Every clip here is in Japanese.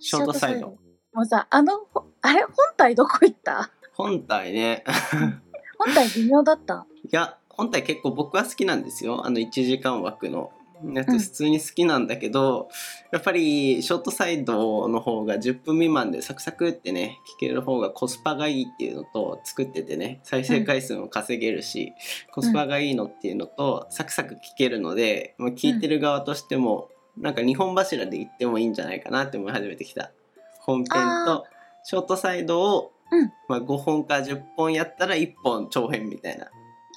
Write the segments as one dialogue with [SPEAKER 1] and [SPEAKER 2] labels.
[SPEAKER 1] ショートサイド。
[SPEAKER 2] もうさ、あの、ほあれ、本体どこ行った
[SPEAKER 1] 本体ね。
[SPEAKER 2] 本体微妙だった。
[SPEAKER 1] いや、本体結構僕は好きなんですよ。あの1時間枠の。や
[SPEAKER 2] う
[SPEAKER 1] つ
[SPEAKER 2] ん
[SPEAKER 1] 普通に好きなんだけど、やっぱりショートサイドの方が10分未満でサクサクってね聞ける方がコスパがいいっていうのと作っててね再生回数も稼げるし、コスパがいいのっていうのとサクサク聞けるので、まあ、聞いてる側としても、なんか2本柱で言ってもいいんじゃないかなって思い始めてきた本編
[SPEAKER 2] あ
[SPEAKER 1] とショートサイドを、
[SPEAKER 2] うん
[SPEAKER 1] まあ、5本か10本やったら1本長編みたいな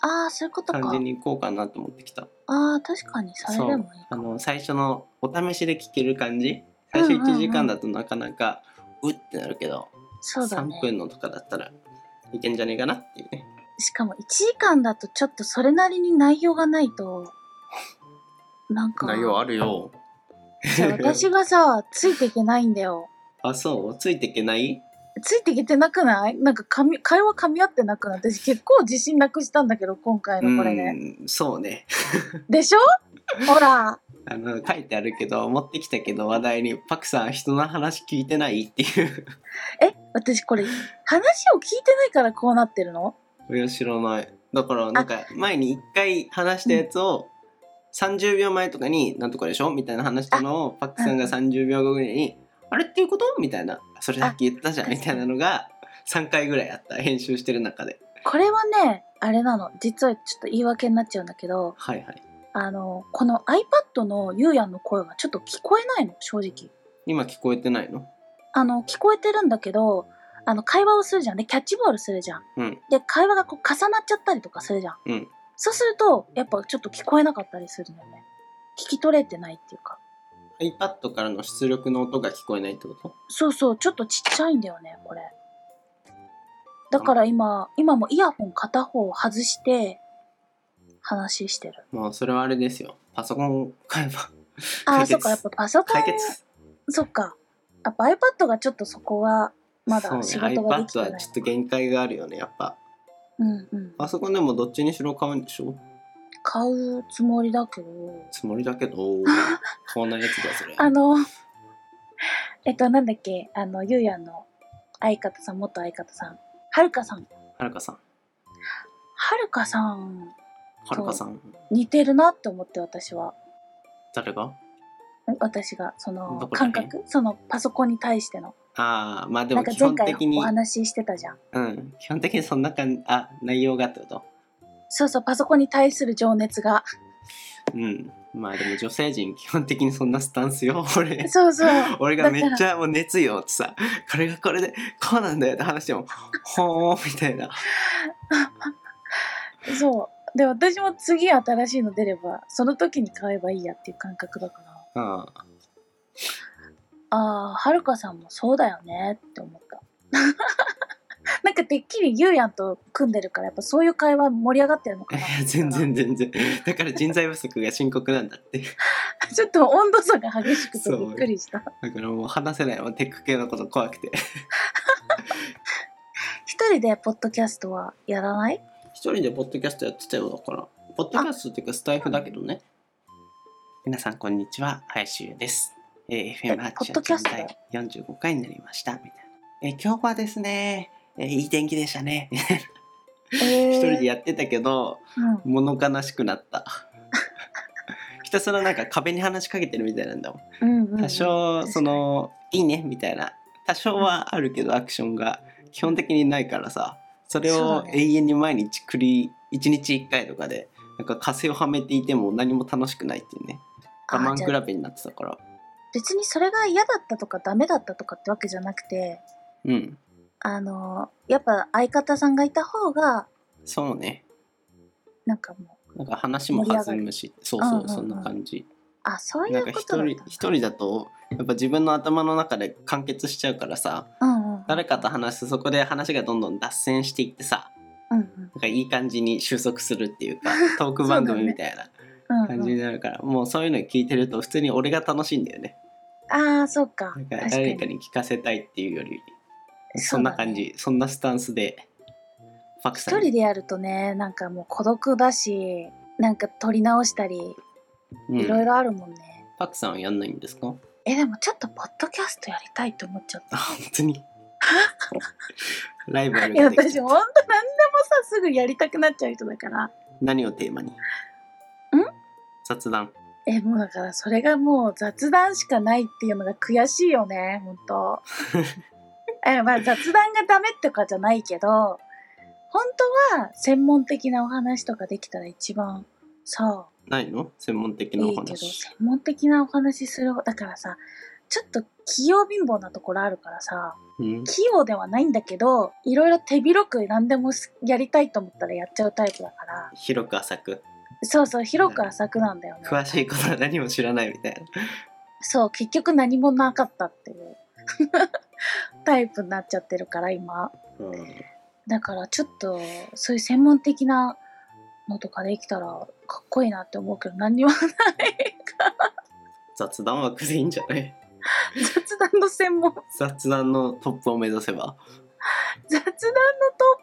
[SPEAKER 2] ああ、そういうことか。
[SPEAKER 1] 感じに行こうかなと思ってきた
[SPEAKER 2] ああ、確かに、それでもいい
[SPEAKER 1] あ
[SPEAKER 2] かも。
[SPEAKER 1] の最初のお試しで聴ける感じ最初
[SPEAKER 2] うんうんうん
[SPEAKER 1] 1時間だとなかなかうってなるけど、
[SPEAKER 2] そうだね
[SPEAKER 1] 3。分のとかだったらいけんじゃねえかなっていうね
[SPEAKER 2] しかも1時間だとちょっとそれなりに内容がないと、なんか、
[SPEAKER 1] あるよ
[SPEAKER 2] じゃあ私がさ、ついていけないんだよ。
[SPEAKER 1] あそうついていけない
[SPEAKER 2] ついていけてなくないなんかかみ会話噛み合ってなくない私結構自信なくしたんだけど、今回のこれね。
[SPEAKER 1] うんそうね
[SPEAKER 2] でしょほら。
[SPEAKER 1] あの書いてあるけど持ってきたけど話題に「パクさん人の話聞いてない?」っていう
[SPEAKER 2] え、私これ、話を聞いてないからこうなってるの
[SPEAKER 1] いや知らないだからなんか前に1回話したやつを30秒前とかに「なんとかでしょ?」みたいな話したのをパックさんが30秒後ぐらいに「あれっていうこと?」みたいな「それさっき言ったじゃん」
[SPEAKER 2] あ
[SPEAKER 1] みたいなのが3回ぐらいあった編集してる中で
[SPEAKER 2] これはね、あれなの。実はちょっと言い訳になっちゃうんだけど、
[SPEAKER 1] はいはい
[SPEAKER 2] あの、この iPad のゆうやんの声がちょっと聞こえないの、正直。
[SPEAKER 1] 今聞こえてないの
[SPEAKER 2] あの、聞こえてるんだけど、あの、会話をするじゃん。で、キャッチボールするじゃん。
[SPEAKER 1] うん
[SPEAKER 2] で、会話がこう重なっちゃったりとかするじゃん。
[SPEAKER 1] うん
[SPEAKER 2] そうすると、やっぱちょっと聞こえなかったりするのよね。聞き取れてないっていうか。
[SPEAKER 1] iPad からの出力の音が聞こえないってこと
[SPEAKER 2] そうそう、ちょっとちっちゃいんだよね、これ。だから今、今もイヤホン片方を外して、話してる。
[SPEAKER 1] もうそれはあれですよパソコン買えば解
[SPEAKER 2] ああ、
[SPEAKER 1] 決
[SPEAKER 2] そっか、やっぱパソコ
[SPEAKER 1] 解
[SPEAKER 2] ン、
[SPEAKER 1] 決
[SPEAKER 2] そっか。やっぱ iPad がちょっとそこは、まだ
[SPEAKER 1] そうね
[SPEAKER 2] 仕事ができて
[SPEAKER 1] iPad
[SPEAKER 2] ない。
[SPEAKER 1] はちょっと限界があるよねやっぱ
[SPEAKER 2] うんうん。
[SPEAKER 1] パソコンでもどっちにしろ買うんでしょ
[SPEAKER 2] 買うつもりだけど、
[SPEAKER 1] つもりだけ どこんなやつだそれ
[SPEAKER 2] あの、 えっと、なんだっけ、あの、ゆうやんの相方さん、元相方さん、はるかさん。
[SPEAKER 1] はるかさん
[SPEAKER 2] はるかさん、
[SPEAKER 1] はるかさん
[SPEAKER 2] 似てるなって思って、私は。
[SPEAKER 1] 誰が
[SPEAKER 2] 私が、そ
[SPEAKER 1] ど
[SPEAKER 2] の、
[SPEAKER 1] こらへん
[SPEAKER 2] 感覚その、パソコンに対しての。
[SPEAKER 1] ああまあでも
[SPEAKER 2] なんか
[SPEAKER 1] 基
[SPEAKER 2] 前
[SPEAKER 1] 本
[SPEAKER 2] 回
[SPEAKER 1] 的に
[SPEAKER 2] お話ししてたじゃん。
[SPEAKER 1] うん基本的にそんな感じあ内容がってこと
[SPEAKER 2] そうそう、パソコンに対する情熱が。
[SPEAKER 1] うんまあでも女性陣基本的にそんなスタンスよ 俺
[SPEAKER 2] そうそう。
[SPEAKER 1] 俺がめっちゃもう熱意をってさこれがこれでこうなんだよって話してもほーみたいな
[SPEAKER 2] そう。で、私も次新しいの出れば、その時に買えばいいやっていう感覚だから。
[SPEAKER 1] うん
[SPEAKER 2] ああ、はるかさんもそうだよねって思った。 なんかてっきりゆうやんと組んでるから、やっぱそういう会話盛り上がってるのか
[SPEAKER 1] い
[SPEAKER 2] な
[SPEAKER 1] や。全。然全然だから人材不足が深刻なんだって
[SPEAKER 2] ちょっと温度差が激しくて
[SPEAKER 1] そう
[SPEAKER 2] びっくりした。
[SPEAKER 1] だからもう話せないもうテック系のこと怖くて
[SPEAKER 2] 一人でポッドキャストはやらない
[SPEAKER 1] 一人でポッドキャストやってたよだからポッドキャストっていうかスタイフだけどね皆さんこんにちは林優です、えー、
[SPEAKER 2] え
[SPEAKER 1] FM アク
[SPEAKER 2] ポ
[SPEAKER 1] ショ
[SPEAKER 2] ッドキャ
[SPEAKER 1] ン
[SPEAKER 2] スト
[SPEAKER 1] 第45回になりましたみたいな、えー今日はですね、えーいい天気でしたね
[SPEAKER 2] え
[SPEAKER 1] 一
[SPEAKER 2] ー
[SPEAKER 1] 人でやってたけど
[SPEAKER 2] うん。
[SPEAKER 1] 物悲しくなったひたすらなんか壁に話しかけてるみたいなんだもん
[SPEAKER 2] うんうんうん
[SPEAKER 1] 多少そ、のいいねみたいな多少はあるけどアクションが基本的にないからさそれ
[SPEAKER 2] そう
[SPEAKER 1] を
[SPEAKER 2] だね
[SPEAKER 1] 永遠に毎日繰り1日1回とかでなんか火星をはめていても何も楽しくないっていうね
[SPEAKER 2] あ
[SPEAKER 1] 我
[SPEAKER 2] ー
[SPEAKER 1] 慢
[SPEAKER 2] じゃあ
[SPEAKER 1] 比べになってたから
[SPEAKER 2] 別にそれが嫌だったとかダメだったとかってわけじゃなくて、
[SPEAKER 1] うん
[SPEAKER 2] あの、やっぱ相方さんがいた方が、
[SPEAKER 1] そうね
[SPEAKER 2] なんかもう、
[SPEAKER 1] なんか話も弾むしそう
[SPEAKER 2] うん
[SPEAKER 1] そ
[SPEAKER 2] うんう
[SPEAKER 1] うんそんな感じ
[SPEAKER 2] あ、そうい
[SPEAKER 1] なん
[SPEAKER 2] う
[SPEAKER 1] か
[SPEAKER 2] こ
[SPEAKER 1] 一
[SPEAKER 2] とだった
[SPEAKER 1] 人
[SPEAKER 2] んだ
[SPEAKER 1] 一人だとやっぱ自分の頭の中で完結しちゃうからさ
[SPEAKER 2] うんうん。
[SPEAKER 1] 誰かと話すそこで話がどんどん脱線していってさ
[SPEAKER 2] うんうん
[SPEAKER 1] なんかいい感じに収束するって いうかトーク番組みたいな
[SPEAKER 2] うんうん。
[SPEAKER 1] 感じになるから、もうそういうの聞いてると普通に俺が楽しいんだよね
[SPEAKER 2] ああ、そうか。
[SPEAKER 1] なん
[SPEAKER 2] 確
[SPEAKER 1] か
[SPEAKER 2] か
[SPEAKER 1] 誰
[SPEAKER 2] に
[SPEAKER 1] か。に聞かせたいっていうよりそ
[SPEAKER 2] そ
[SPEAKER 1] ん
[SPEAKER 2] うだね
[SPEAKER 1] な感じそ,、んなスタンスでパクさ
[SPEAKER 2] 一
[SPEAKER 1] んに
[SPEAKER 2] 人でやるとね、なんかもう孤独だし、なんか撮り直したり、
[SPEAKER 1] うん
[SPEAKER 2] いろいろあるもんね。
[SPEAKER 1] パクさんはやんないんですか
[SPEAKER 2] え、でもちょっとポッドキャストやりたいって思っちゃった。
[SPEAKER 1] あ本当 にライバル
[SPEAKER 2] いや、
[SPEAKER 1] ができ
[SPEAKER 2] 私
[SPEAKER 1] た
[SPEAKER 2] ほんと何でもさ、すぐやりたくなっちゃう人だから。
[SPEAKER 1] 何をテーマにん雑談
[SPEAKER 2] え、もうだからそれがもう雑談しかないっていうのが悔しいよね、ほん と。え、まあ雑談がダメとかじゃないけど、本当は専門的なお話とかできたら一番さ、
[SPEAKER 1] ないの専門的
[SPEAKER 2] い
[SPEAKER 1] なお
[SPEAKER 2] いけど、
[SPEAKER 1] 話
[SPEAKER 2] 専門的なお話する、だからさ、ちょっと器用貧乏なところあるからさ、
[SPEAKER 1] うん
[SPEAKER 2] 器用ではないんだけど、いろいろ手広く何でもすやりたいと思ったらやっちゃうタイプだから、
[SPEAKER 1] 広く浅く
[SPEAKER 2] そうそう、広く浅くなんだよね。
[SPEAKER 1] 詳しいことは何も知らないみたいな
[SPEAKER 2] そう、結局何もなかったっていう タイプになっちゃってるから、今。
[SPEAKER 1] うん
[SPEAKER 2] だからちょっと、そういう専門的なのとかできたらかっこいいなって思うけど、何にも
[SPEAKER 1] 雑談枠でいいんじゃない
[SPEAKER 2] 雑談の専門、
[SPEAKER 1] 雑談のトップを目指せば
[SPEAKER 2] 雑談の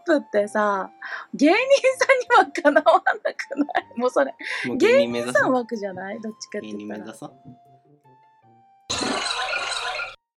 [SPEAKER 2] トップってさ、芸人さんにはかなわなくないもうそれ、
[SPEAKER 1] もう
[SPEAKER 2] 芸
[SPEAKER 1] 人目指
[SPEAKER 2] さん
[SPEAKER 1] そう
[SPEAKER 2] 枠じゃないどっちかって
[SPEAKER 1] 芸
[SPEAKER 2] 言
[SPEAKER 1] 人
[SPEAKER 2] っ
[SPEAKER 1] 目
[SPEAKER 2] たら
[SPEAKER 1] 指。そう